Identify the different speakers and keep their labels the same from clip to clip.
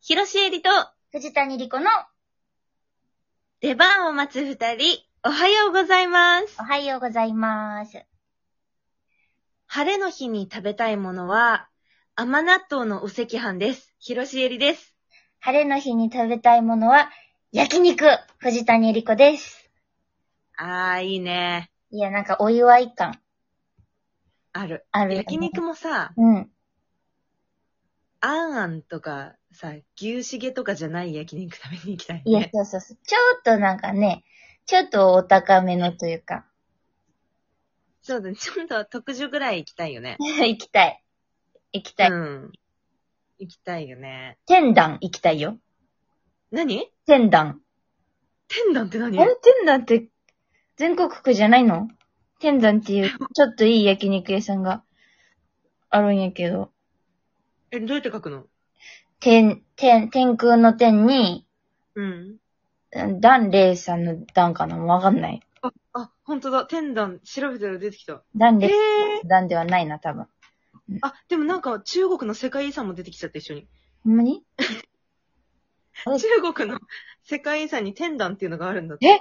Speaker 1: 広瀬えりと
Speaker 2: 藤谷莉子の
Speaker 1: 出番を待つ二人、おはようございます
Speaker 2: お。はようございます。
Speaker 1: 晴れの日に食べたいものは、甘納豆のお赤飯です。広瀬えりです。
Speaker 2: 晴れの日に食べたいものは、焼肉藤谷莉子です。
Speaker 1: あー、いいね。
Speaker 2: いや、なんかお祝い感
Speaker 1: ある。
Speaker 2: あるよね、
Speaker 1: 焼肉もさ、
Speaker 2: うん。
Speaker 1: あんあんとかさ、牛しげとかじゃない焼肉食べに行きたい
Speaker 2: いや
Speaker 1: ね、。
Speaker 2: そうそうそう。ちょっとなんかね、ちょっとお高めのというか、
Speaker 1: そうだね。ちょっと特殊ぐらい行きたいよね。
Speaker 2: 行きたい。行きたい。
Speaker 1: うん。行きたいよね。
Speaker 2: 天壇行きたいよ。
Speaker 1: 何
Speaker 2: 天壇。
Speaker 1: 天壇って何
Speaker 2: あれ天壇って、全国区じゃないの天壇っていう、ちょっといい焼肉屋さんがあるんやけど。
Speaker 1: え、どうやって書くの
Speaker 2: 天、天、天空の天に、
Speaker 1: うん。
Speaker 2: ダンレイさんのダンかなわかんない。
Speaker 1: あ、ほんとだ。天壇、調べたら出てきた。
Speaker 2: ダン
Speaker 1: え
Speaker 2: レイ、ダンではないな、多分。
Speaker 1: あ、でもなんか中国の世界遺産も出てきちゃった、一緒に。
Speaker 2: ほんまにえ
Speaker 1: 中国の世界遺産に天壇っていうのがあるんだって。
Speaker 2: え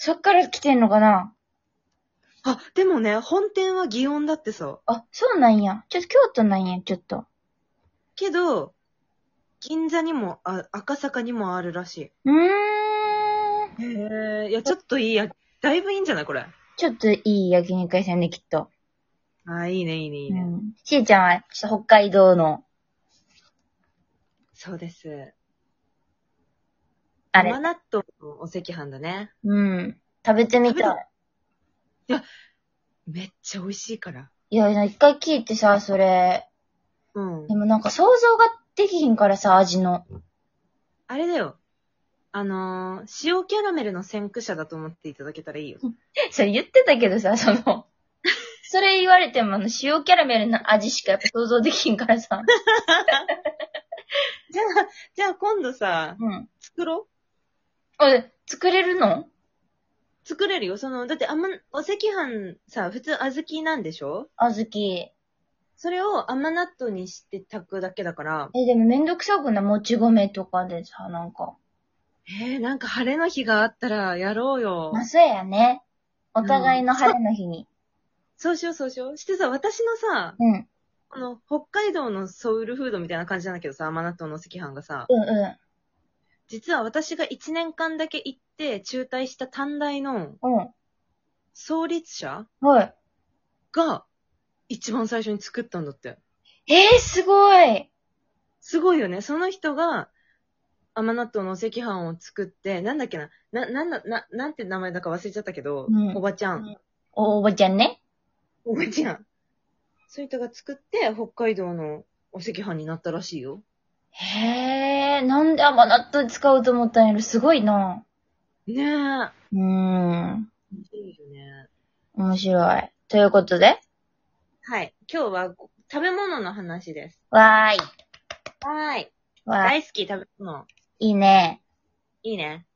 Speaker 2: そっから来てんのかな
Speaker 1: あ、でもね、本店は祇園だってさ。
Speaker 2: あ、そうなんや。ちょっと京都なんや、ちょっと。
Speaker 1: けど、銀座にも、あ、赤坂にもあるらし
Speaker 2: うーん。
Speaker 1: い。へえ、いや、ちょっといいや、だいぶいいんじゃないこれ。
Speaker 2: ちょっといい焼肉屋さんね、きっと。
Speaker 1: あ、いいね、いいね、いいうね。
Speaker 2: ん。しーちゃんは、ちょっと北海道の、
Speaker 1: そうです。
Speaker 2: あれ
Speaker 1: 甘、納豆のお赤飯だね。
Speaker 2: うん。食べてみ
Speaker 1: 食べ
Speaker 2: たい。
Speaker 1: めっちゃ美味しいから。
Speaker 2: いや、一回聞いてさ、それ。
Speaker 1: うん
Speaker 2: で。もなんか想像ができひんからさ、味の。
Speaker 1: あれだよ。あのー、塩キャラメルの先駆者だと思っていただけたらいいよ。
Speaker 2: それ言ってたけどさ、そ の、それ言われてもあの、塩キャラメルの味しかやっぱ想像できんからさ。
Speaker 1: じゃあ、じゃあ今度さ、
Speaker 2: うん。
Speaker 1: 作ろう。
Speaker 2: あ、作れるの
Speaker 1: 作れるよ。その、だってあんま、お赤飯さ、普通小豆なんでしょ
Speaker 2: あずき。
Speaker 1: それを甘納豆にして炊くだけだから。
Speaker 2: え、でもめんどくさくないもち米とかでさ、なんか。
Speaker 1: えー、なんか晴れの日があったらやろうよ
Speaker 2: ま。あ、そうやね。お互いの晴れの日に。
Speaker 1: そうしようそうしよう。してさ、私のさ、
Speaker 2: うん。うん
Speaker 1: この、北海道のソウルフードみたいな感じなんだけどさ、甘納豆のお赤飯がさ、
Speaker 2: う
Speaker 1: 実は私が1年間だけ行って中退した短大の
Speaker 2: ん。うん。
Speaker 1: 創立者
Speaker 2: はい。
Speaker 1: が、一番最初に作ったんだって。
Speaker 2: えー、すごい
Speaker 1: すごいよね。その人が、甘納豆のお赤飯を作って、なんだっけな、な、なんだ、な、なんて名前だか忘れちゃったけど、
Speaker 2: うん
Speaker 1: おばちゃ
Speaker 2: うん
Speaker 1: ん。
Speaker 2: お、おばちゃんね。
Speaker 1: おばちゃん。そういったが作って、北海道のお赤飯になったらしいよ。
Speaker 2: へえ、なんで甘納豆使うと思ったんやろ。すごいな。
Speaker 1: ねえ。
Speaker 2: うーん。
Speaker 1: いいよね。
Speaker 2: 面白い。ということで。
Speaker 1: はい。今日はご食べ物の話です。
Speaker 2: わーい。
Speaker 1: はーい。
Speaker 2: わーい。
Speaker 1: 大好き食べ物。
Speaker 2: いいね。
Speaker 1: いいね。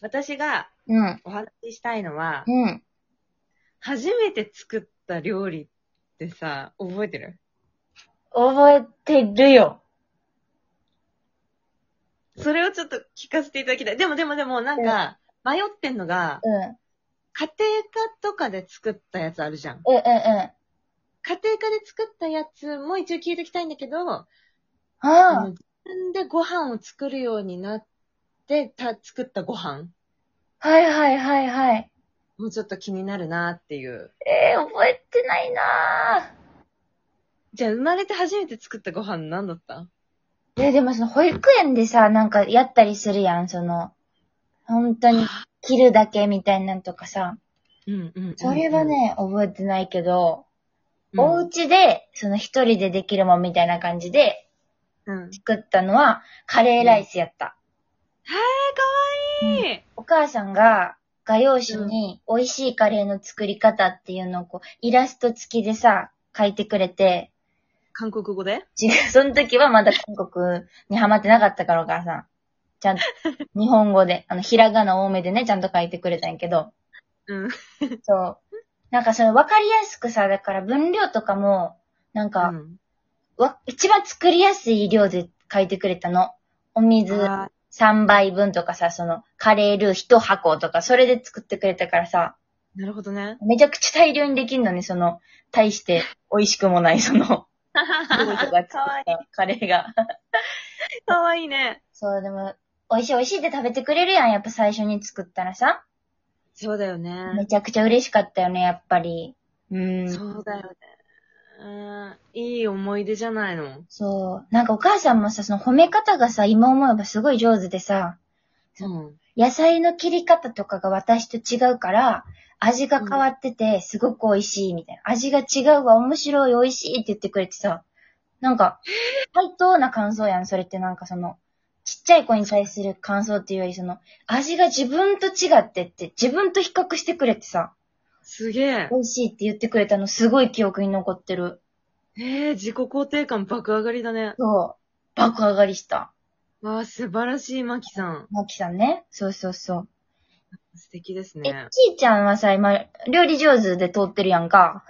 Speaker 1: 私が
Speaker 2: うん。
Speaker 1: お話ししたいのは、
Speaker 2: うん。
Speaker 1: 初めて作った料理ってさ、覚えてる
Speaker 2: 覚えてるよ。
Speaker 1: それをちょっと聞かせていただきたい。でもでもでも、なんか、迷ってんのが、
Speaker 2: うん。うん
Speaker 1: 家庭科とかで作ったやつあるじゃん。
Speaker 2: うんうん。
Speaker 1: 家庭科で作ったやつも一応聞いておきたいんだけど、あの
Speaker 2: ああ。
Speaker 1: 自分でご飯を作るようになって、た、作ったご飯
Speaker 2: はいはいはいはい。
Speaker 1: もうちょっと気になるなっていう。
Speaker 2: えー、覚えてないな
Speaker 1: じゃあ、生まれて初めて作ったご飯何だった
Speaker 2: ぁ。え、でもその保育園でさ、なんかやったりするやん、その、本当に切るだけみたいなんとかさ。
Speaker 1: うんうんうん。
Speaker 2: それはね、覚えてないけど、
Speaker 1: うん、
Speaker 2: お家で、その一人でできるもんみたいな感じで
Speaker 1: うん。
Speaker 2: 作ったのは、カレーライスやった。
Speaker 1: えー、かわいい、
Speaker 2: お母さんが画用紙に美味しいカレーの作り方っていうのをこう、イラスト付きでさ、書いてくれて、
Speaker 1: 韓国語で
Speaker 2: 違う、 その時はまだ韓国にハマってなかったからお母さん。ちゃんと、日本語で、あの、ひらがな多めでね、ちゃんと書いてくれたんやけど、
Speaker 1: うん。
Speaker 2: そう。なんかその分かりやすくさ、だから分量とかも、なんか、
Speaker 1: うん
Speaker 2: わ、一番作りやすい量で書いてくれたの。お水3杯分とかさ、その、カレールー1箱とか、それで作ってくれたからさ、
Speaker 1: なるほど ね。
Speaker 2: めちゃくちゃ大量にできんのに、その、大して美味しくもない、その、 ルーとか作っ
Speaker 1: かわい
Speaker 2: たカレーが。
Speaker 1: い。かわいいね。
Speaker 2: そう、でも、美味しい美味しいって食べてくれるやん、やっぱ最初に作ったらさ。
Speaker 1: そうだよ
Speaker 2: め
Speaker 1: ね。
Speaker 2: ちゃくちゃ嬉しかったよね、やっぱり。うん。
Speaker 1: そうだよね。うんいい思い出じゃないの。
Speaker 2: そう。なんかお母さんもさ、その褒め方がさ、今思えばすごい上手でさ、
Speaker 1: うん。
Speaker 2: 野菜の切り方とかが私と違うから、味が変わってて、すごく美味しいみたいな。味が違うわ、面白い、美味しいって言ってくれてさ、なんか、対等な感想やん、それってなんかその、ちっちゃい子に対する感想っていうより、その、味が自分と違ってって、自分と比較してくれてさ、
Speaker 1: すげえ。
Speaker 2: 美味しいって言ってくれたの、すごい記憶に残ってる。
Speaker 1: えー、自己肯定感爆上がりだね。
Speaker 2: そう。爆上がりした。
Speaker 1: わあ、素晴らしい、マキさん。
Speaker 2: マキさんね。そうそうそう。
Speaker 1: 素敵です
Speaker 2: え、
Speaker 1: ね。
Speaker 2: キーちゃんはさ、今、料理上手で通ってるやんか。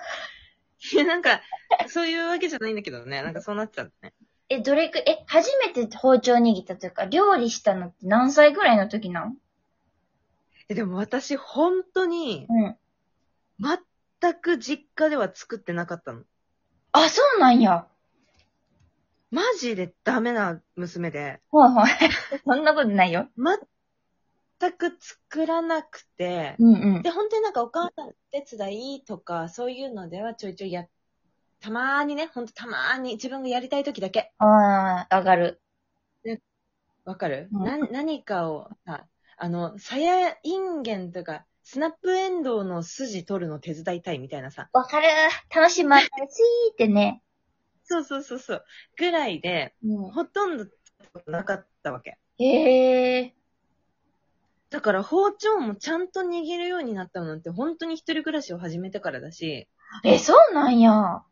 Speaker 1: いや、なんか、そういうわけじゃないんだけどね。なんかそうなっちゃったね。
Speaker 2: え、どれく、え、初めて包丁握ったというか、料理したのって何歳ぐらいの時なん
Speaker 1: え、でも私、本当に、
Speaker 2: うん。
Speaker 1: 全く実家では作ってなかったの。
Speaker 2: あ、そうなんや。
Speaker 1: マジでダメな娘で、
Speaker 2: はいはい。 そんなことないよ。
Speaker 1: 全く作らなくて、
Speaker 2: うんう ん。
Speaker 1: で、本当になんかお母さん手伝いとか、そういうのではちょいちょいや、たまーにね、ほんとたまーに自分がやりたい時だけ。
Speaker 2: あー、上がる。
Speaker 1: わかる、
Speaker 2: うん
Speaker 1: な、何かをさ、あの、さやインゲンとか、スナップエンドウの筋取るの手伝いたいみたいなさ。
Speaker 2: わかる。楽しい、また、しーってね。
Speaker 1: そうそうそうそう。ぐらいで、
Speaker 2: うん。
Speaker 1: ほとんどなかったわけ。
Speaker 2: へえ。
Speaker 1: だから包丁もちゃんと握るようになったのなんて、本当に一人暮らしを始めてからだし、
Speaker 2: え、そうなんや。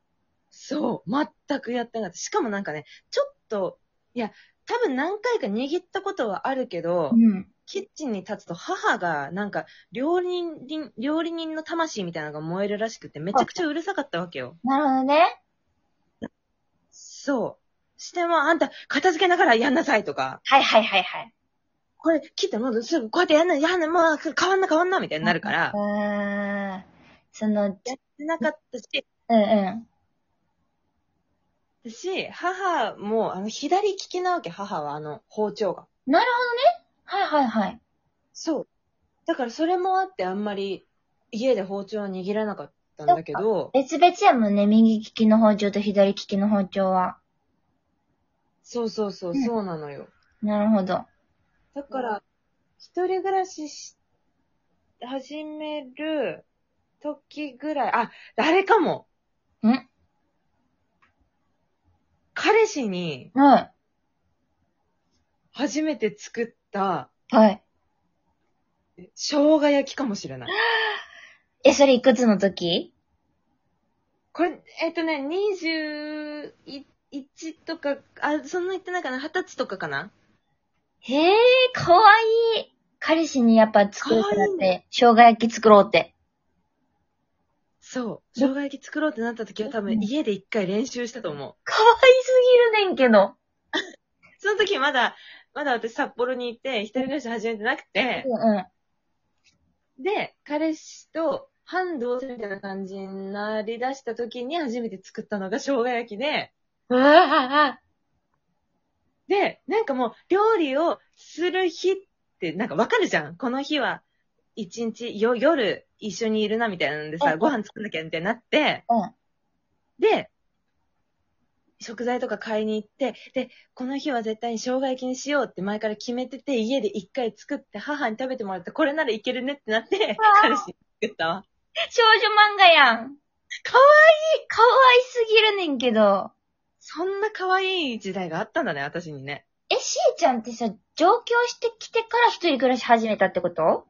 Speaker 1: そう、全くやってなかった。しかもなんかね、ちょっと、いや、多分何回か握ったことはあるけど、
Speaker 2: うん。
Speaker 1: キッチンに立つと母が、なんか、料理人、料理人の魂みたいなのが燃えるらしくて、めちゃくちゃうるさかったわけよ。
Speaker 2: なるほどね。
Speaker 1: そう。しても、あんた、片付けながらやんなさいとか、
Speaker 2: はいはいはいはい。
Speaker 1: これ切ってもうすぐこうやってやんな、やんな、もう変わんな変わんなみたいになるから、
Speaker 2: あー、その、
Speaker 1: やってなかったし、
Speaker 2: うんうん。
Speaker 1: し、母も、あの、左利きなわけ、母は、あの、包丁が。
Speaker 2: はいはいはい。
Speaker 1: そう。だからそれもあって、あんまり、家で包丁は握らなかったんだけど、
Speaker 2: 別々やもんね、右利きの包丁と左利きの包丁は。
Speaker 1: そうそうそう、そうなのよ。
Speaker 2: なるほど。
Speaker 1: だから、一人暮らしし、始める時ぐらい、あ、誰かも。
Speaker 2: ん
Speaker 1: 彼氏に
Speaker 2: は
Speaker 1: 初めて作った
Speaker 2: い。はい。
Speaker 1: 生姜焼きかもしれない。
Speaker 2: え、それいくつの時
Speaker 1: これ、えっとね、21とか、あ、そんな言ってないかな ?20 歳とかかな
Speaker 2: へえ、かわいい。彼氏にやっぱ作るってなっ
Speaker 1: かわ
Speaker 2: て、生姜焼き作ろうって。
Speaker 1: そう。生姜焼き作ろうってなった時は多分家で一回練習したと思う。
Speaker 2: かわいすぎるねんけど。
Speaker 1: その時まだ、まだ私札幌にいて、一人暮らし始めてなくて、
Speaker 2: うんうん。
Speaker 1: で、彼氏と半同棲みたいな感じになりだした時に初めて作ったのが生姜焼きで、
Speaker 2: うわ
Speaker 1: で、なんかもう料理をする日ってなんかわかるじゃんこの日は一日よ、夜一緒にいるなみたいなんで
Speaker 2: う
Speaker 1: さ、
Speaker 2: ん
Speaker 1: ご飯作んなきゃみたいになって、
Speaker 2: うん
Speaker 1: で、食材とか買いに行って、で、この日は絶対に生姜焼きにしようって前から決めてて、家で一回作って母に食べてもらって、これならいけるねってなって、彼氏に作ったわ。
Speaker 2: 少女漫画やん。
Speaker 1: かわ
Speaker 2: いい。かわいすぎるねんけど。
Speaker 1: そんな可愛い時代があったんだね、私にね。
Speaker 2: え、しーちゃんってさ、上京してきてから一人暮らし始めたってこと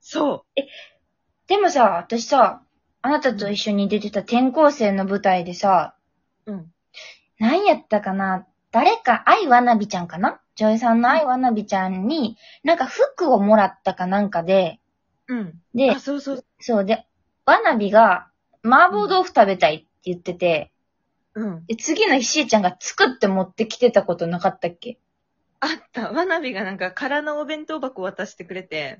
Speaker 1: そ
Speaker 2: でもさ、私さ、あなたと一緒に出てた転校生の舞台でさ、
Speaker 1: う。うん。
Speaker 2: 何やったかな誰か、愛わなびちゃんかな女優さんの愛わなびちゃんに、なんか服をもらったかなんかで、
Speaker 1: うん。
Speaker 2: で
Speaker 1: あ、、そうそう。
Speaker 2: そうで、わなびが、麻婆豆腐食べたいって言ってて、
Speaker 1: うん。
Speaker 2: で、次の日、しーちゃんが作って持ってきてたことなかったっけ
Speaker 1: あった。わなびがなんか空のお弁当箱渡してくれ て、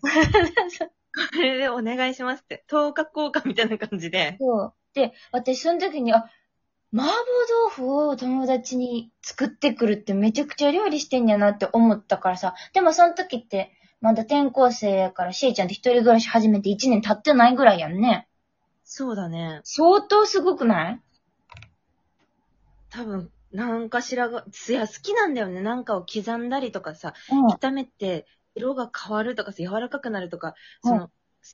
Speaker 1: これでお願いしますって、10日交換みたいな感じで、
Speaker 2: そう。で、私その時に、あ、麻婆豆腐を友達に作ってくるってめちゃくちゃ料理してんやなって思ったからさ。でもその時って、まだ転校生やから、しーちゃんって一人暮らし始めて1年経ってないぐらいやんね。
Speaker 1: そうだね。
Speaker 2: 相当すごくない
Speaker 1: 多分、なんかしらが、いや、好きなんだよね。なんかを刻んだりとかさ、
Speaker 2: う
Speaker 1: 炒めて色が変わるとかさ、柔らかくなるとか、
Speaker 2: うん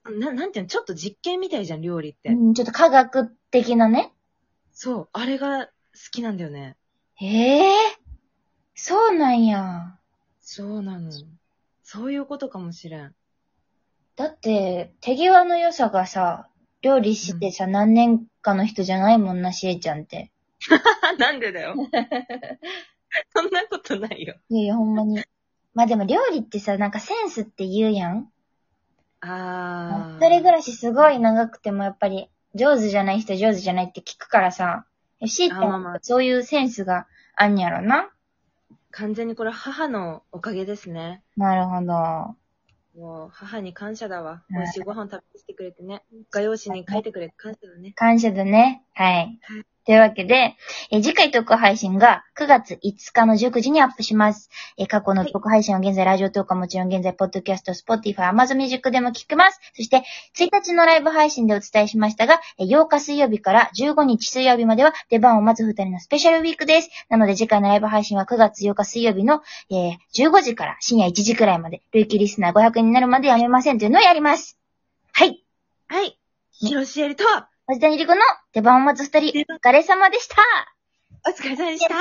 Speaker 1: その、ななんていうの、ちょっと実験みたいじゃん、料理って。
Speaker 2: ん。うん、ちょっと科学的なね。
Speaker 1: そう、あれが好きなんだよね。
Speaker 2: ええそうなんや。
Speaker 1: そうなの。そういうことかもしれ ん。
Speaker 2: だって、手際の良さがさ、料理してさ、何年かの人じゃないもんな、しーちゃんって。
Speaker 1: なんでだよ。 そんなことないよ。
Speaker 2: いやいや、ほんまに。まあでも料理ってさ、なんかセンスって言うやん。
Speaker 1: あ
Speaker 2: 一
Speaker 1: ー。
Speaker 2: 人暮
Speaker 1: い。
Speaker 2: らしすごい長くてもやっぱり、上手じゃない人上手じゃないって聞くからさ、しーち
Speaker 1: あまあま
Speaker 2: ゃ
Speaker 1: あ
Speaker 2: ん、そういうセンスがあんやろな。
Speaker 1: 完全にこれ母のおかげですね。
Speaker 2: なるほど。
Speaker 1: もう母に感謝だわ。
Speaker 2: うん
Speaker 1: 美味しいご飯食べてきてくれてね。画用紙に書いてくれて感謝だね。
Speaker 2: 感謝だね。はい
Speaker 1: はい。
Speaker 2: というわけで、えー次回特配信が9月5日の19時にアップします。えー過去の特配信は現在、ラジオトークはもちろん現在、ポッドキャスト、スポティファー、Amazon Music でも聞けます。そして、1日のライブ配信でお伝えしましたが、えー8日水曜日から15日水曜日までは出番を待つ2人のスペシャルウィークです。なので次回のライブ配信は9月8日水曜日の、えー15時から深夜1時くらいまで、累計リスナー500人になるまでやめませんというのをやります。はい。
Speaker 1: はい。広しえりと、
Speaker 2: おじたにりこの出番を待つ二人、お疲れ様でした。
Speaker 1: お疲れ様でした。
Speaker 2: ね